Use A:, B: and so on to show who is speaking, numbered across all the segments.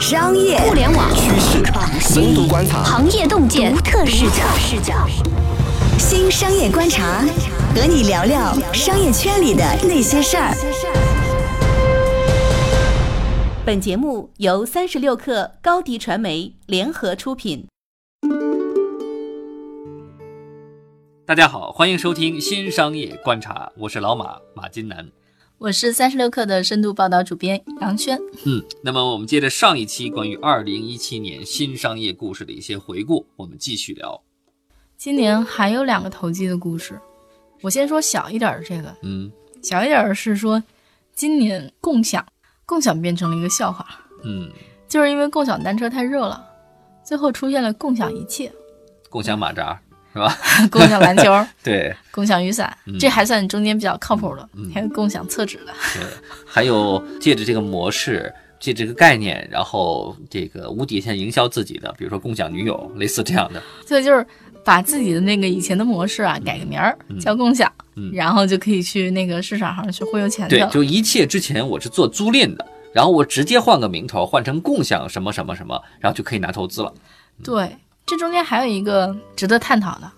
A: 商业
B: 互联网
C: 趋势、深度观察、
B: 行业洞见、
A: 独特视角，
B: 视角。
A: 新商业观察，和你聊聊商业圈里的那些事儿。
D: 本节目由三十六克高低传媒联合出品。
E: 大家好，欢迎收听新商业观察，我是老马马金南。
F: 我是三十六氪的深度报道主编杨轩。
E: 嗯，那么我们接着上一期关于二零一七年新商业故事的一些回顾，我们继续聊。
F: 今年还有两个投机的故事，我先说小一点儿的这个，
E: 嗯
F: 小一点儿的是说，今年共享共享变成了一个笑话，
E: 嗯，
F: 就是因为共享单车太热了，最后出现了共享一切，
E: 共享马扎是吧？
F: 共享篮球、
E: 对
F: 共享雨伞，
E: 嗯
F: 这还算中间比较靠谱的
E: 嗯，
F: 还有共享厕纸的，
E: 对，还有借着这个模式，借着这个概念，然后这个无底线营销自己的，比如说共享女友，类似这样的。
F: 所以就是把自己的那个以前的模式啊改个名儿
E: 嗯
F: 叫共享
E: 嗯，
F: 然后就可以去那个市场上去忽悠钱去
E: 对
F: 了，。
E: 就一切之前我是做租赁的，然后我直接换个名头，换成共享什么什么什么，然后就可以拿投资了。
F: 对，这中间还有一个值得探讨的，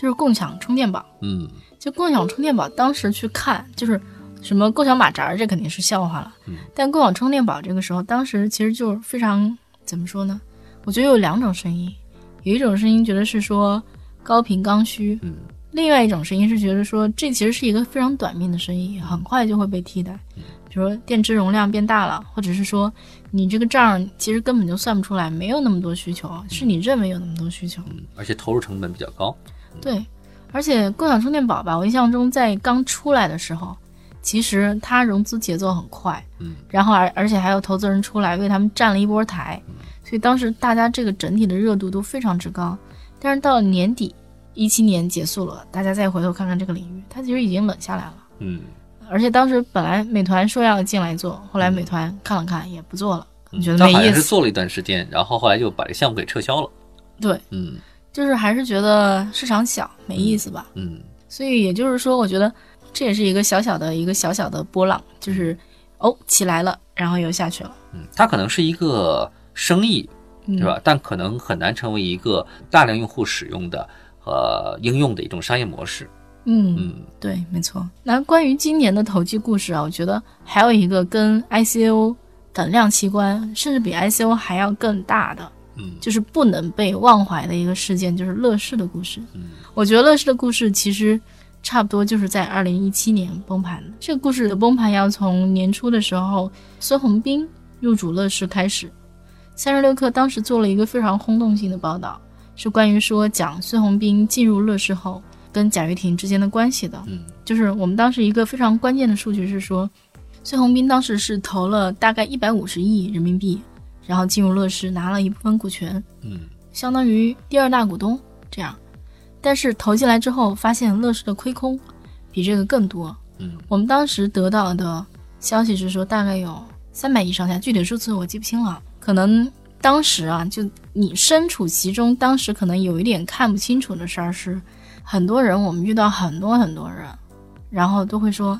F: 就是共享充电宝。
E: 嗯
F: 就共享充电宝，当时去看就是什么共享马扎儿，这肯定是笑话了。
E: 嗯
F: 但共享充电宝这个时候，当时其实就是非常怎么说呢？我觉得有两种声音，有一种声音觉得是说高频刚需，
E: 嗯
F: 另外一种声音是觉得说这其实是一个非常短命的生意，很快就会被替代。比如说电池容量变大了，或者是说你这个账其实根本就算不出来，没有那么多需求，啊是你认为有那么多需求。
E: 嗯，而且投入成本比较高。
F: 对，而且共享充电宝吧，我印象中在刚出来的时候，其实它融资节奏很快，
E: 嗯
F: 然后而而且还有投资人出来为他们站了一波台，
E: 嗯
F: 所以当时大家这个整体的热度都非常之高。但是到了年底，一七年结束了，大家再回头看看这个领域，它其实已经冷下来了。
E: 嗯。
F: 而且当时本来美团说要进来做，后来美团看了看也不做了，
E: 嗯
F: 觉得
E: 他
F: 没
E: 好
F: 意
E: 像是
F: 思。
E: 做了一段时间，然后后来就把这个项目给撤销了。
F: 对，
E: 嗯
F: 就是还是觉得市场小没意思吧。
E: 嗯
F: 所以也就是说，我觉得这也是一个小小的一个小小的波浪，就是哦起来了，然后又下去了，
E: 嗯，它可能是一个生意，
F: 嗯、
E: 是吧？？但可能很难成为一个大量用户使用的和应用的一种商业模式。
F: 嗯，
E: 嗯
F: 对，没错。那关于今年的投机故事啊，我觉得还有一个跟 ICO 等量器官，甚至比 ICO 还要更大的，
E: 嗯
F: 就是不能被忘怀的一个事件，就是乐视的故事。
E: 嗯
F: 我觉得乐视的故事其实差不多就是在二零一七年崩盘的。这个故事的崩盘要从年初的时候，孙宏斌入主乐视开始。三十六氪当时做了一个非常轰动性的报道，是关于说讲孙宏斌进入乐视后跟贾跃亭之间的关系的。
E: 嗯
F: 就是我们当时一个非常关键的数据是说，孙宏斌当时是投了大概一百五十亿人民币，然后进入乐视拿了一部分股权，
E: 嗯
F: 相当于第二大股东这样。但是投进来之后，发现乐视的亏空比这个更多。
E: 嗯
F: 我们当时得到的消息是说，大概有三百亿上下，具体数字我记不清了。可能当时啊，就你身处其中，当时可能有一点看不清楚的事儿是，很多人我们遇到很多很多人，然后都会说，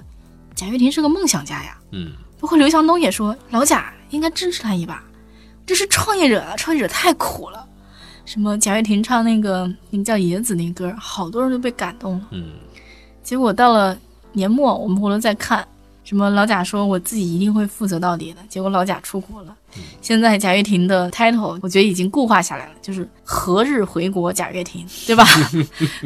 F: 贾跃亭是个梦想家呀。
E: 嗯
F: 包括刘强东也说，老贾应该支持他一把，这是创业者啊，创业者太苦了。什么贾跃亭唱那个那个叫《野子》那歌，好多人都被感动了。
E: 嗯
F: 结果到了年末，我们回头再看，什么老贾说我自己一定会负责到底的，结果老贾出国了。现在贾跃亭的 title 我觉得已经固化下来了，就是何日回国贾跃亭，对吧？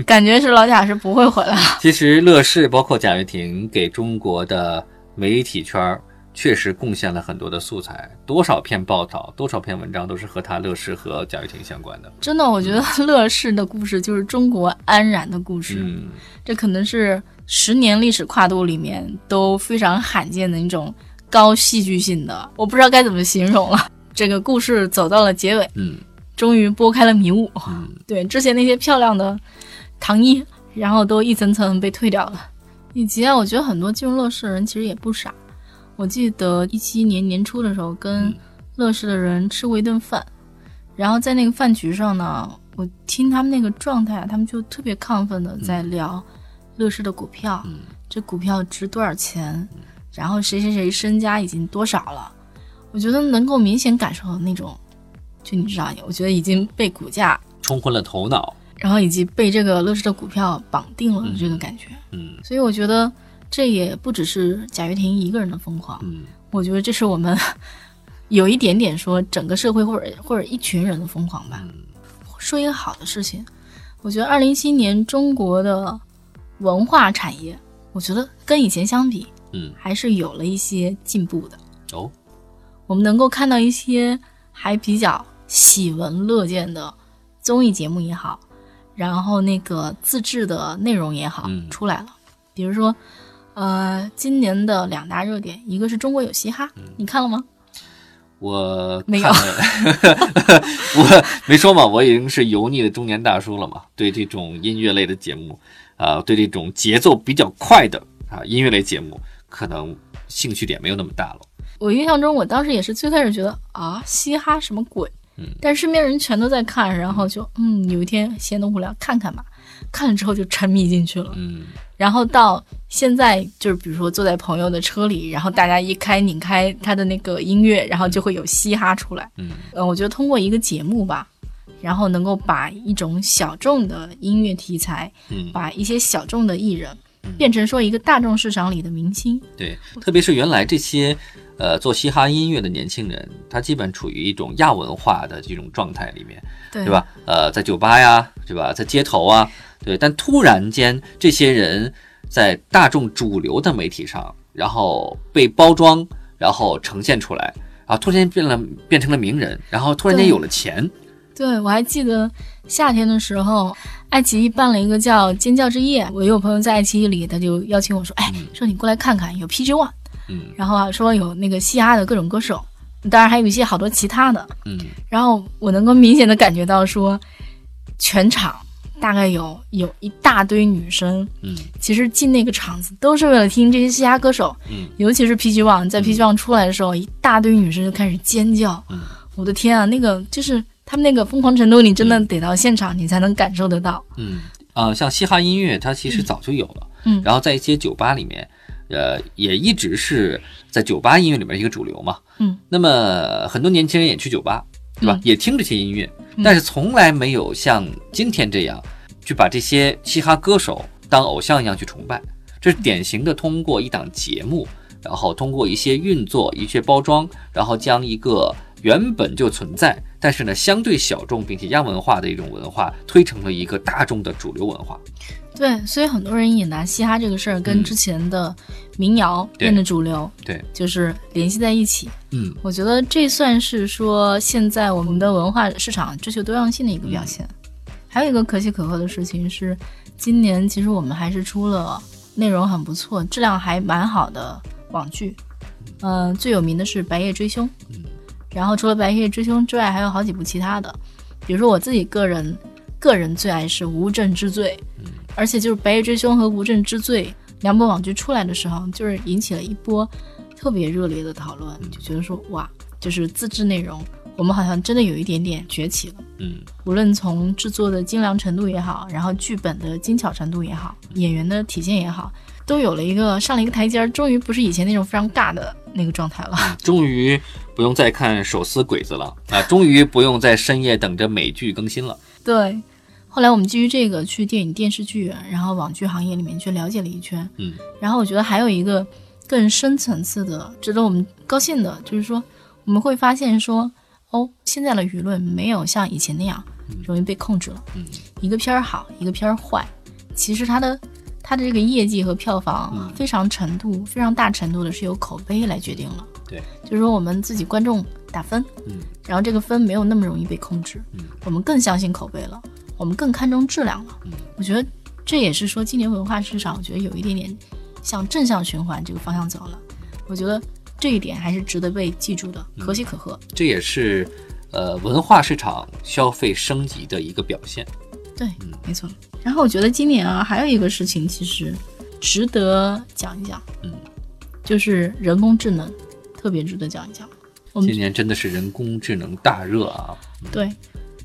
F: 感觉是老贾是不会回来了。
E: 其实乐视包括贾跃亭给中国的媒体圈儿确实贡献了很多的素材，多少篇报道、多少篇文章都是和他乐视和贾跃亭相关的。
F: 真的，我觉得乐视的故事就是中国安然的故事。
E: 嗯
F: 这可能是十年历史跨度里面都非常罕见的一种高戏剧性的，我不知道该怎么形容了。这个故事走到了结尾，
E: 嗯
F: 终于拨开了迷雾。
E: 嗯
F: 对之前那些漂亮的糖衣，然后都一层层被退掉了。以及啊，我觉得很多进入乐视的人其实也不傻。我记得一七年年初的时候，跟
E: 嗯
F: 乐视的人吃过一顿饭，然后在那个饭局上呢，我听他们那个状态，啊他们就特别亢奋的在聊乐视的股票，
E: 嗯
F: 这股票值多少钱，然后谁谁谁身家已经多少了。我觉得能够明显感受到那种，就你知道，我觉得已经被股价，
E: 冲昏了头脑。
F: 然后以及被这个乐视的股票绑定了
E: 嗯
F: 这个感觉。
E: 嗯
F: 所以我觉得这也不只是贾跃亭一个人的疯狂，
E: 嗯，
F: 我觉得这是我们 有一点点说整个社会或者或者一群人的疯狂吧。
E: 嗯
F: 说一个好的事情，我觉得二零一七年中国的文化产业，我觉得跟以前相比，
E: 嗯
F: 还是有了一些进步的。
E: 哦，
F: 我们能够看到一些还比较喜闻乐见的综艺节目也好，然后那个自制的内容也好、
E: 嗯
F: 出来了。比如说，呃，今年的两大热点，一个是中国有嘻哈，
E: 嗯
F: 你看了吗？
E: 我
F: 没
E: 看
F: 有
E: 了， 我没说嘛，我已经是油腻的中年大叔了嘛。对这种音乐类的节目，啊、对这种节奏比较快的啊音乐类节目，可能兴趣点没有那么大了。
F: 我印象中，我当时也是最开始觉得啊，嘻哈什么鬼？
E: 嗯
F: 但身边人全都在看，然后就嗯，有一天闲得无聊看看吧，看了之后就沉迷进去了。
E: 嗯
F: 然后到现在，就是比如说坐在朋友的车里，然后大家一开拧开他的那个音乐，然后就会有嘻哈出来。
E: 嗯
F: 嗯、我觉得通过一个节目吧，然后能够把一种小众的音乐题材，
E: 嗯，
F: 把一些小众的艺人
E: 嗯
F: 变成说一个大众市场里的明星。
E: 对，特别是原来这些呃做嘻哈音乐的年轻人，他基本处于一种亚文化的这种状态里面。
F: 对
E: 对？吧？呃，在酒吧呀，对吧？在街头啊，对。但突然间，这些人在大众主流的媒体上，然后被包装，然后呈现出来，啊，突然间变了，变成了名人，然后突然间
F: 对
E: 有了钱，
F: 对，我还记得夏天的时候，爱奇艺办了一个叫《尖叫之夜》，我有朋友在爱奇艺里，他就邀请我说：“哎，说你过来看看，有 PG One。”
E: 嗯
F: 然后啊说有那个嘻哈的各种歌手，当然还有一些好多其他的。
E: 嗯
F: 然后我能够明显的感觉到说，全场大概有有一大堆女生，
E: 嗯
F: 其实进那个场子都是为了听这些嘻哈歌手，
E: 嗯
F: 尤其是 PG One，在 PG One 出来的时候，一大堆女生就开始尖叫，
E: 嗯
F: 我的天啊，那个就是他们那个疯狂程度，你真的得到现场你才能感受得到。
E: 嗯，啊、像嘻哈音乐，它其实早就有了，
F: 嗯
E: 然后在一些酒吧里面，呃，也一直是在酒吧音乐里面一个主流嘛。
F: 嗯，
E: 那么很多年轻人也去酒吧，对吧？
F: 嗯
E: 也听这些音乐，但是从来没有像今天这样去把这些嘻哈歌手当偶像一样去崇拜。这是典型的通过一档节目，然后通过一些运作、一些包装，然后将一个原本就存在，但是呢相对小众并且亚文化的一种文化，推成了一个大众的主流文化。
F: 对，所以很多人也拿嘻哈这个事儿
E: 嗯
F: 跟之前的民谣
E: 对
F: 变得主流，
E: 对
F: 就是联系在一起。
E: 嗯
F: 我觉得这算是说现在我们的文化市场追求多样性的一个表现。还有一个可喜可贺的事情是，今年其实我们还是出了内容很不错、质量还蛮好的网剧。嗯、最有名的是《白夜追凶》，
E: 嗯
F: 然后除了《白夜追凶》之外，还有好几部其他的，比如说我自己个人个人最爱是《无证之罪》，而且就是《白夜追凶》和《无证之罪》两部网剧出来的时候，就是引起了一波特别热烈的讨论，就觉得说哇，就是自制内容，我们好像真的有一点点崛起了。
E: 嗯
F: 无论从制作的精良程度也好，然后剧本的精巧程度也好，演员的体现也好，都有了一个上了一个台阶儿，终于不是以前那种非常尬的那个状态了。
E: 嗯终于不用再看手撕鬼子了啊！终于不用在深夜等着美剧更新了。
F: 对，后来我们基于这个去电影、电视剧，然后网剧行业里面去了解了一圈，
E: 嗯，
F: 然后我觉得还有一个更深层次的，值得我们高兴的，就是说我们会发现说，哦，现在的舆论没有像以前那样容易被控制了。
E: 嗯，
F: 一个片儿好，一个片儿坏，其实它的它的这个业绩和票房
E: 嗯，
F: 非常程度、非常大程度的是由口碑来决定了。
E: 对，
F: 就是说我们自己观众打分，
E: 嗯
F: 然后这个分没有那么容易被控制，
E: 嗯
F: 我们更相信口碑了，我们更看重质量了。
E: 嗯
F: 我觉得这也是说今年文化市场，我觉得有一点点向正向循环这个方向走了。我觉得这一点还是值得被记住的，
E: 嗯
F: 可喜可贺。
E: 这也是呃文化市场消费升级的一个表现。
F: 对，
E: 嗯
F: 没错。然后我觉得今年啊，还有一个事情其实值得讲一讲，
E: 嗯，
F: 就是人工智能，特别值得讲一讲。我们
E: 今年真的是人工智能大热啊！
F: 对，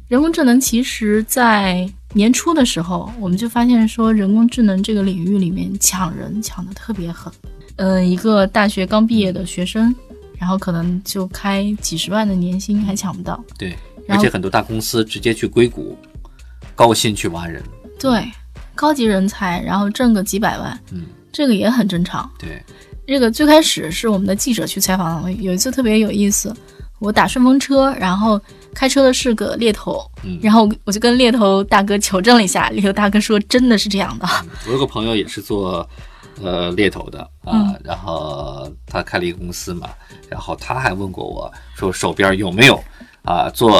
F: 人工智能其实在年初的时候，我们就发现说，人工智能这个呃领域里面抢人抢的特别狠。嗯、一个大学刚毕业的学生，然后可能就开几十万的年薪还抢不到。
E: 对，而
F: 然后
E: 且很多大公司直接去硅谷，高薪去挖人，
F: 对，高级人才，然后挣个几百万，
E: 嗯，
F: 这个也很正常。
E: 对，
F: 这个最开始是我们的记者去采访，有一次特别有意思，我打顺风车，然后开车的是个猎头，
E: 嗯，
F: 然后我就跟猎头大哥求证了一下，猎头大哥说真的是这样的，
E: 嗯我有个朋友也是做呃猎头的啊，然后他开了一个公司嘛，然后他还问过我说手边有没有啊做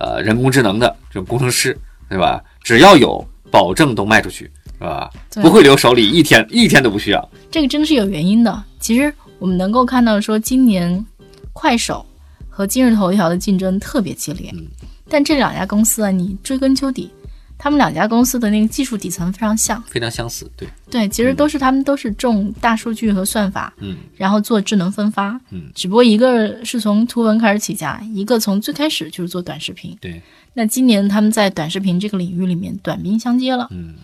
E: 呃人工智能的这种工程师，对吧？只要有，保证都卖出去，是吧？
F: 对
E: 不会留手里一天一天都不需要。
F: 这个真的是有原因的。其实我们能够看到说，今年快手和今日头条的竞争特别激烈，
E: 嗯
F: 但这两家公司啊，你追根究底，他们两家公司的那个技术底层非常像，
E: 非常相似，对，
F: 对，其实都是他们都是重大数据和算法，
E: 嗯
F: 然后做智能分发，
E: 嗯，
F: 只不过一个是从图文开始起家，一个从最开始就是做短视频。
E: 对，
F: 那今年他们在短视频这个领域里面短兵相接了。
E: 嗯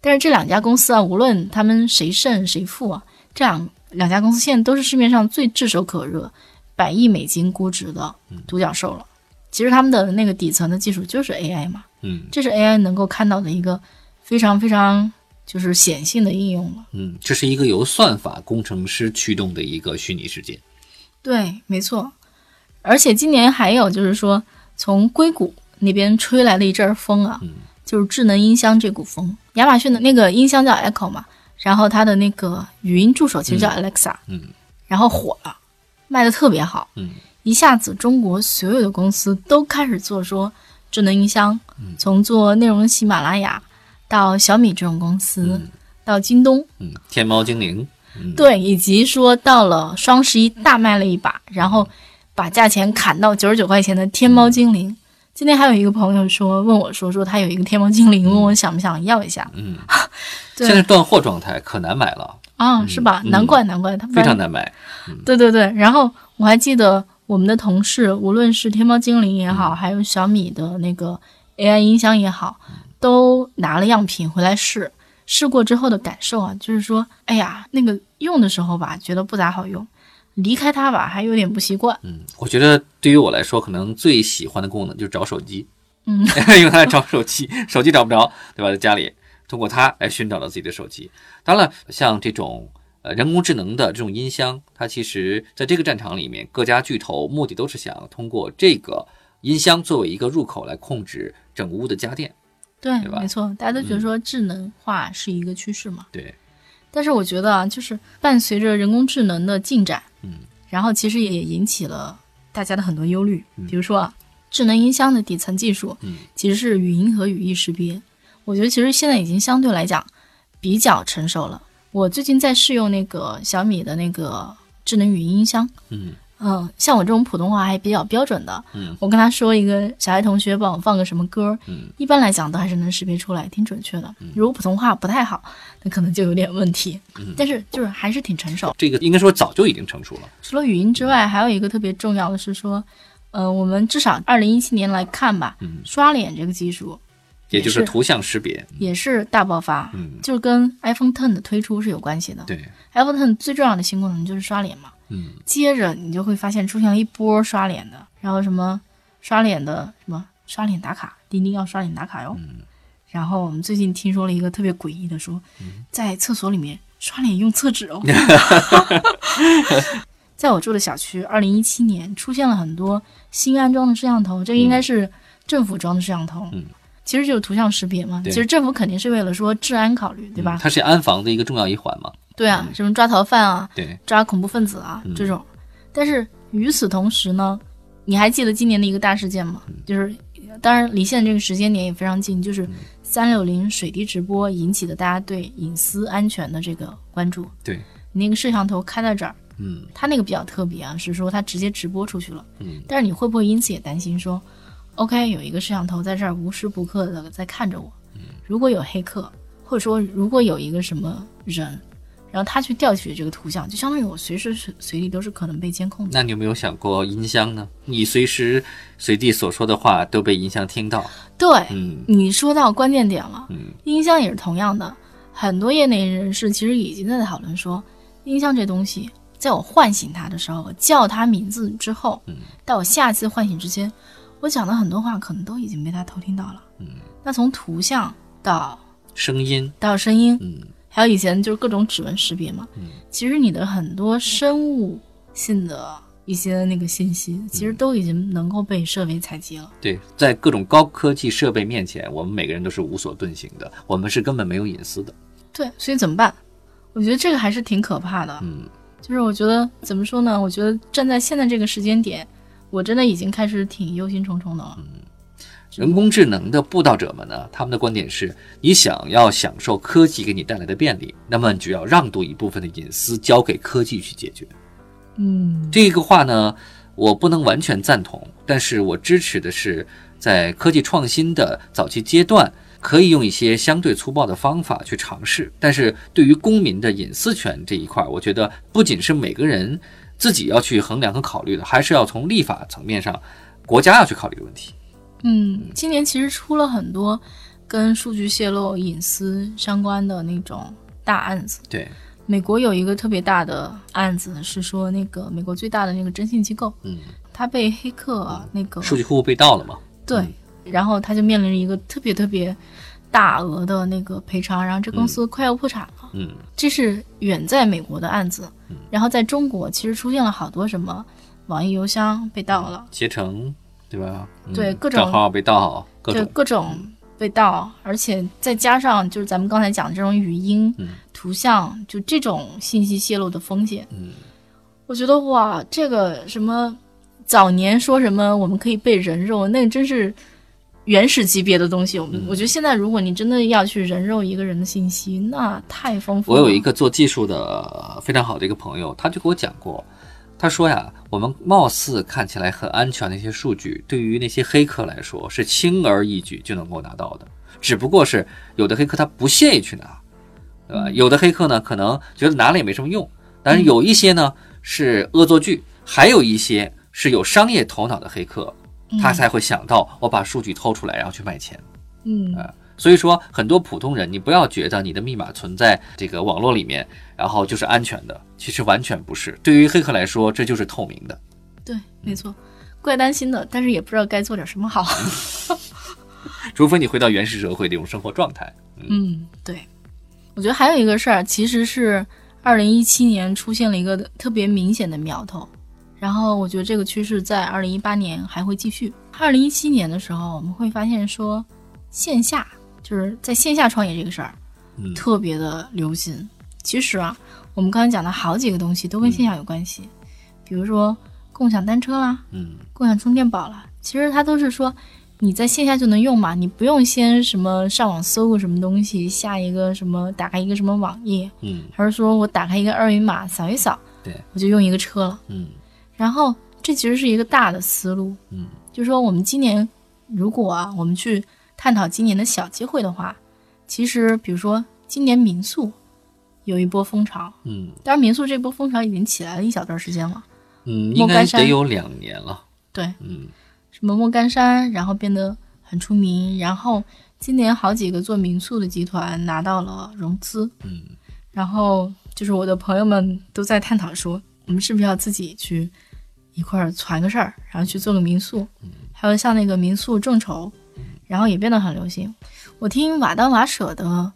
F: 但是这两家公司啊，无论他们谁胜谁负啊，这两两家公司现在都是市面上最炙手可热、百亿美金估值的独角兽了。其实他们的那个底层的技术就是 AI 嘛，
E: 嗯
F: 这是 AI 能够看到的一个非常非常就是显性的应用了。
E: 嗯，这是一个由算法工程师驱动的一个虚拟世界。
F: 对，没错。而且今年还有就是说，从硅谷那边吹来了一阵儿风啊，
E: 嗯
F: 就是智能音箱这股风。亚马逊的那个音箱叫 Echo 嘛，然后它的那个语音助手其实叫 Alexa，
E: 嗯
F: 然后火了，卖的特别好，
E: 嗯
F: 一下子中国所有的公司都开始做说智能音箱，
E: 嗯
F: 从做内容的喜马拉雅到小米这种公司，
E: 嗯
F: 到京东，
E: 嗯，天猫精灵，嗯，
F: 对，以及说到了双十一大卖了一把，然后把价钱砍到九十九块钱的天猫精灵。今天还有一个朋友说问我说说他有一个天猫精灵，问我想不想要一下
E: 嗯，
F: 对
E: 现在是断货状态，可难买了，
F: 啊？是吧？
E: 嗯
F: 难怪难怪他不
E: 非
F: 然
E: 常难买。
F: 对对对，然后我还记得我们的同事，无论是天猫精灵也
E: 嗯
F: 好，还有小米的那个 AI 音箱也好，都拿了样品回来试。试过之后的感受啊，就是说，哎呀，那个用的时候吧，觉得不咋好用，离开它吧，还有点不习惯。
E: 嗯，我觉得对于我来说，可能最喜欢的功能就是找手机，
F: 嗯，
E: 因为它找手机， 手机找不着，对吧？在家里通过它来寻找到自己的手机。当然了，像这种呃人工智能的这种音箱，它其实在这个战场里面，各家巨头目的都是想通过这个音箱作为一个入口来控制整个屋的家电。
F: 对，
E: 对吧
F: 没错，大家都觉得说智能化是一个趋势嘛。
E: 对，
F: 但是我觉得啊，就是伴随着人工智能的进展，
E: 嗯，
F: 然后其实也引起了大家的很多忧虑，
E: 嗯
F: 比如说啊，智能音箱的底层技术，
E: 嗯，
F: 其实是语音和语义识别。我觉得其实现在已经相对来讲比较成熟了。我最近在试用那个小米的那个智能语音音箱，
E: 嗯
F: 嗯，像我这种普通话还比较标准的，
E: 嗯
F: 我跟他说一个小爱同学帮我放个什么歌，
E: 嗯
F: 一般来讲都还是能识别出来，挺准确的。如果普通话不太好，那可能就有点问题。
E: 嗯
F: 但是就是还是挺成熟。
E: 这个应该说早就已经成熟了。
F: 除了语音之外，还有一个特别重要的是说，呃，我们至少二零一七年来看吧，
E: 嗯，
F: 刷脸这个技术
E: 也就是
F: 也是
E: 图像识别。
F: 也是大爆发，
E: 嗯
F: 就是跟 iPhone Ten 的推出是有关系的。
E: 对，
F: iPhone Ten 最重要的新功能就是刷脸嘛，
E: 嗯
F: 接着你就会发现出现了一波刷脸的，然后什么刷脸的什么刷脸打卡，钉钉要刷脸打卡哟。
E: 嗯
F: 然后我们最近听说了一个特别诡异的说，
E: 嗯
F: 在厕所里面刷脸用厕纸 哦。在我住的小区，二零一七年出现了很多新安装的摄像头，这个应该是政府装的摄像头，
E: 嗯
F: 其实就是图像识别嘛。
E: 对
F: 其实政府肯定是为了说治安考虑，对吧？
E: 嗯它是安防的一个重要一环嘛。
F: 对啊，什么抓逃犯啊，
E: 对，
F: 抓恐怖分子啊、
E: 嗯
F: 这种。但是与此同时呢，你还记得今年的一个大事件吗？就是当然离现在这个时间点也非常近，就是三六零水滴直播引起的大家对隐私安全的这个关注。
E: 对，
F: 你那个摄像头开在这儿，
E: 嗯
F: 它那个比较特别啊，是说它直接直播出去了。
E: 嗯
F: 但是你会不会因此也担心说，OK，有一个摄像头在这儿无时不刻的在看着我，如果有黑客，或者说如果有一个什么人，然后他去调取这个图像，就相当于我随时随随地都是可能被监控的。
E: 那你有没有想过音箱呢？你随时随地所说的话都被音箱听到。
F: 对，
E: 嗯
F: 你说到关键点了，
E: 嗯
F: 音箱也是同样的，很多业内人士其实已经在讨论说，音箱这东西在我唤醒他的时候，我叫他名字之后，
E: 嗯
F: 到我下一次唤醒之间，我讲的很多话可能都已经被他偷听到了。
E: 嗯，
F: 那从图像到
E: 声音，
F: 到声音，
E: 嗯
F: 还有以前就是各种指纹识别嘛，
E: 嗯
F: 其实你的很多生物性的一些那个信
E: 嗯
F: 息，其实都已经能够被设备采集了。
E: 对，在各种高科技设备面前，我们每个人都是无所遁形的，我们是根本没有隐私的。
F: 对，所以怎么办？我觉得这个还是挺可怕的。
E: 嗯
F: 就是我觉得怎么说呢？我觉得站在现在这个时间点，我真的已经开始挺忧心忡忡的了。
E: 人工智能的布道者们呢，他们的观点是：你想要享受科技给你带来的便利，那么你就要让渡一部分的隐私交给科技去解决。
F: 嗯，
E: 这个话呢，我不能完全赞同，但是我支持的是，在科技创新的早期阶段，可以用一些相对粗暴的方法去尝试。但是对于公民的隐私权这一块，我觉得不仅是每个人自己要去衡量和考虑的，还是要从立法层面上，国家要去考虑的问题。
F: 嗯，今年其实出了很多跟数据泄露、隐私相关的那种大案子。
E: 对，
F: 美国有一个特别大的案子，是说那个美国最大的那个征信机构，
E: 嗯，
F: 它被黑客啊那个
E: 数据嗯库被盗了嘛？
F: 对，然后它就面临一个特别特别大额的那个赔偿，然后这公司快要破产了。
E: 嗯
F: 这是远在美国的案子，然后在中国其实出现了好多什么网易邮箱被盗了，
E: 携程对吧？嗯
F: 对各种
E: 账号被盗，各
F: 对
E: 种
F: 各种被盗，而且再加上就是咱们刚才讲的这种语音、
E: 嗯
F: 图像，就这种信息泄露的风险，
E: 嗯
F: 我觉得哇，这个什么早年说什么我们可以被人肉，那真是。原始级别的东西，我们、
E: 嗯
F: 我觉得现在如果你真的要去人肉一个人的信息，那太丰富
E: 我
F: 了。
E: 有一个做技术的呃非常好的一个朋友，他就给我讲过，他说呀，我们貌似看起来很安全的一些数据，对于那些黑客来说是轻而易举就能够拿到的，只不过是有的黑客他不屑于去拿，对
F: 嗯
E: 吧？有的黑客呢可能觉得拿了也没什么用，但是有一些呢是恶作剧，还有一些是有商业头脑的黑客，他才会想到我把数据偷出来然后去卖钱。
F: 嗯，
E: 所以说，很多普通人，你不要觉得你的密码存在这个网络里面，然后就是安全的，其实完全不是。对于黑客来说，这就是透明的。
F: 对，没错，怪担心的，但是也不知道该做点什么好。
E: 除非你回到原始社会这种生活状态。
F: 嗯， 对，我觉得还有一个事儿，其实是二零一七年出现了一个特别明显的苗头，然后我觉得这个趋势在二零一八年还会继续。二零一七年的时候，我们会发现说，线下就是在线下创业这个事儿
E: 嗯
F: 特别的流行。其实啊，我们刚才讲的好几个东西都跟线下有关系，比如说共享单车啦，
E: 嗯
F: 共享充电宝了。其实它都是说你在线下就能用嘛，你不用先什么上网搜个什么东西，下一个什么打开一个什么网页，
E: 嗯
F: 还是说我打开一个二维码扫一扫，
E: 对，
F: 我就用一个车了。
E: 嗯
F: 然后这其实是一个大的思路，
E: 嗯
F: 就是说我们今年如果啊，我们去探讨今年的小机会的话，其实比如说今年民宿有一波风潮，
E: 嗯
F: 当然民宿这波风潮已经起来了一小段时间了。
E: 嗯，应
F: 莫
E: 该
F: 干山
E: 得有两年了。
F: 对，
E: 嗯
F: 什么莫干山，然后变得很出名。然后今年好几个做民宿的集团拿到了融资，
E: 嗯
F: 然后就是我的朋友们都在探讨说，我们是不是要自己去一块儿攒个事儿，然后去做个民宿。还有像那个民宿众筹，然后也变得很流行。我听瓦当瓦舍的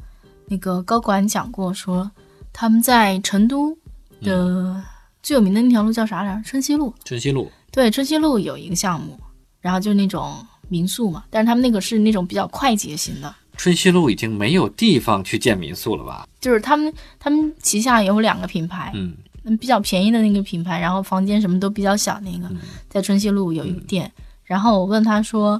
F: 那个高管讲过说，他们在成都的最有名的那条路叫啥来着？春熙路。
E: 春熙路。
F: 对，春熙路有一个项目，然后就是那种民宿嘛，但是他们那个是那种比较快捷型的，
E: 春熙路已经没有地方去建民宿了吧？
F: 就是他们他们旗下有两个品牌，
E: 嗯嗯
F: 嗯，比较便宜的那个品牌，然后房间什么都比较小那个，在春熙路有一个店，然后我问他说。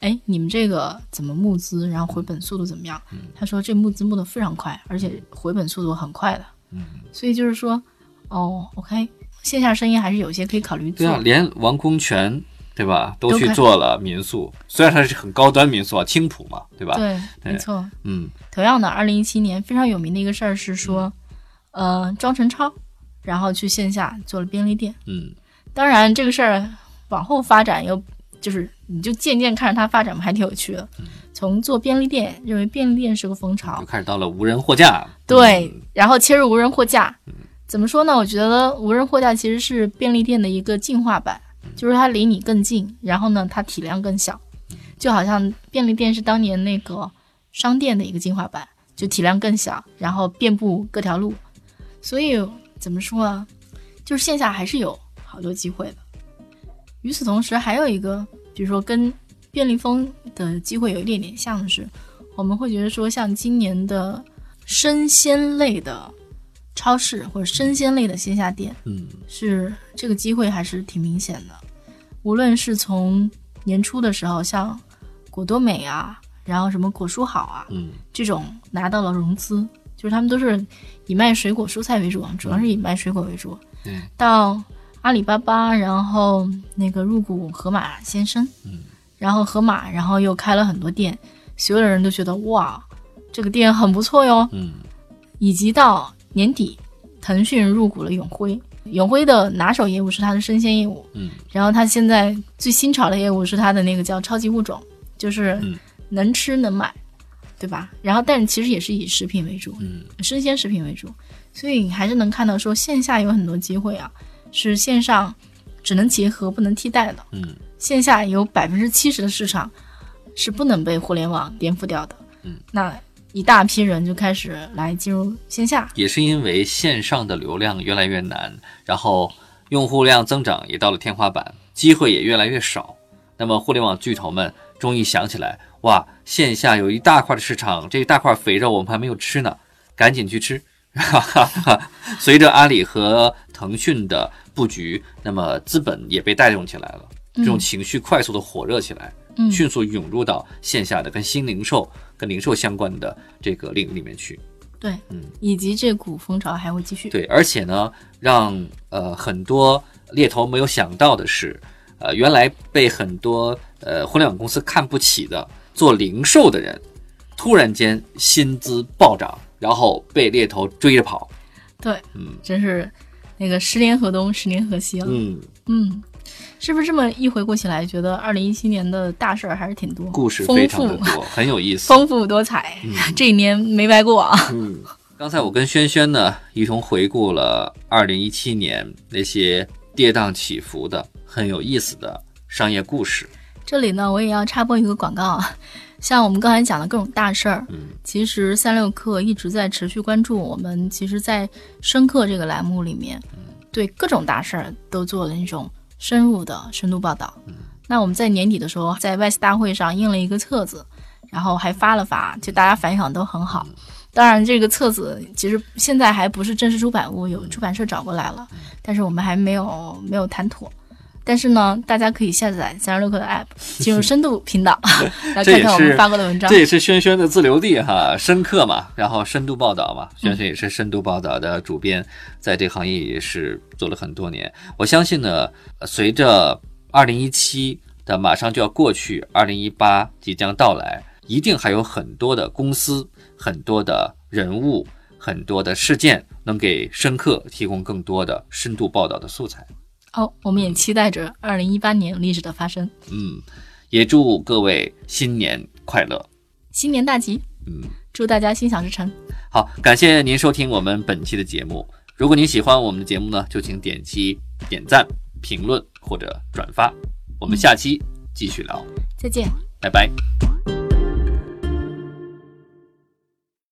F: 哎，你们这个怎么募资？然后回本速度怎么样？
E: 嗯
F: 他说这募资募得非常快，而且回本速度很快的。
E: 嗯，
F: 所以就是说，哦，OK，线下生意还是有些可以考虑做
E: 对啊，连王功权对吧都
F: 都
E: 去
F: 开
E: 做了民宿，虽然它是很高端民宿啊，青浦嘛，对吧？
F: 对，
E: 对
F: 没错。
E: 嗯
F: 同样的，二零一七年非常有名的一个事儿是说，呃，庄成超，然后去线下做了便利店。
E: 嗯
F: 当然，这个事儿往后发展又就是你就渐渐看着它发展嘛，还挺有趣的。从做便利店，认为便利店是个风潮
E: 就，开始到了无人货架。
F: 对
E: 嗯，
F: 然后切入无人货架，怎么说呢？我觉得无人货架其实是便利店的一个进化版，就是它离你更近，然后呢，它体量更小，就好像便利店是当年那个商店的一个进化版，就体量更小，然后遍布各条路。所以怎么说啊？就是线下还是有好多机会的。与此同时，还有一个，比如说跟便利蜂的机会有一点点像的是，我们会觉得说，像今年的生鲜类的超市或者生鲜类的线下店，
E: 嗯，
F: 是这个机会还是挺明显的。无论是从年初的时候，像果多美啊，然后什么果蔬好啊，
E: 嗯，
F: 这种拿到了融资，就是他们都是以卖水果蔬菜为主，主要是以卖水果为主。
E: 对，
F: 到阿里巴巴，然后那个入股盒马鲜生，
E: 嗯，
F: 然后盒马，然后又开了很多店，所有的人都觉得哇，这个店很不错哟。
E: 嗯，
F: 以及到年底，腾讯入股了永辉，永辉的拿手业务是它的生鲜业务，
E: 嗯，
F: 然后它现在最新潮的业务是它的那个叫超级物种，就是
E: 嗯
F: 能吃能买，对吧？然后但是其实也是以食品为主，
E: 嗯，
F: 生鲜食品为主，所以你还是能看到说线下有很多机会啊，是线上只能结合不能替代的，
E: 嗯，
F: 线下有百分之七十的市场是不能被互联网颠覆掉的，
E: 嗯，
F: 那一大批人就开始来进入线下，
E: 也是因为线上的流量越来越难，然后用户量增长也到了天花板，机会也越来越少。那么互联网巨头们终于想起来，哇，线下有一大块的市场，这一大块肥肉我们还没有吃呢，赶紧去吃。 哈哈哈！随着阿里和腾讯的布局，那么资本也被带动起来了，这种情绪快速的火热起来，
F: 嗯，
E: 迅速涌入到线下的跟新零售、跟零售相关的这个领域里面去。
F: 对，
E: 嗯
F: 以及这股风潮还会继续，，
E: 对，而且呢，让呃很多猎头没有想到的是，呃，原来被很多呃互联网公司看不起的做零售的人，突然间薪资暴涨，然后被猎头追着跑。
F: 对，
E: 嗯
F: 真是那个十年河东，十年河西了，
E: 嗯，
F: 嗯，是不是这么一回顾起来，觉得二零一七年的大事儿还是挺多，
E: 故事
F: 丰
E: 非常嗯
F: 富
E: 的多，很有 意思。
F: 丰富多彩，这一年没白过啊。
E: 嗯，刚才我跟轩轩呢一同回顾了二零一七年那些跌宕起伏的、很有意思的商业故事。
F: 这里呢，我也要插播一个广告啊，像我们刚才讲的各种大事儿，
E: 嗯
F: 其实三六课一直在持续关注我们，其实，在深刻这个栏目里面，对各种大事儿都做了那种深入的深度报道。
E: 嗯
F: 那我们在年底的时候，在外事大会上印了一个册子，然后还发了发，就大家反响都很
E: 嗯
F: 好。当然，这个册子其实现在还不是正式出版物，
E: 嗯
F: 有出版社找过来了，但是我们还没有没有谈妥。但是呢，大家可以下载三十六课 的 app，进入深度频道，来
E: 这
F: 看
E: 也
F: 看我
E: 是
F: 们发过的文章
E: 这。也是轩轩的自留地哈，深刻嘛，然后深度报道嘛，轩轩也是深度报道的主编，在这个行业也是做了很多年。我相信呢，呃随着二零一七的马上就要过去，二零一八即将到来，一定还有很多的公司、很多的人物、很多的事件，能给深刻提供更多的深度报道的素材。
F: 哦，我们也期待着二零一八年历史的发生，
E: 嗯，也祝各位新年快乐。
F: 新年大吉，
E: 嗯。
F: 祝大家心想事成。
E: 好，感谢您收听我们本期的节目。如果您喜欢我们的节目呢，就请点击点赞、评论或者转发。我们下期继续聊，
F: 再见。
E: 拜拜。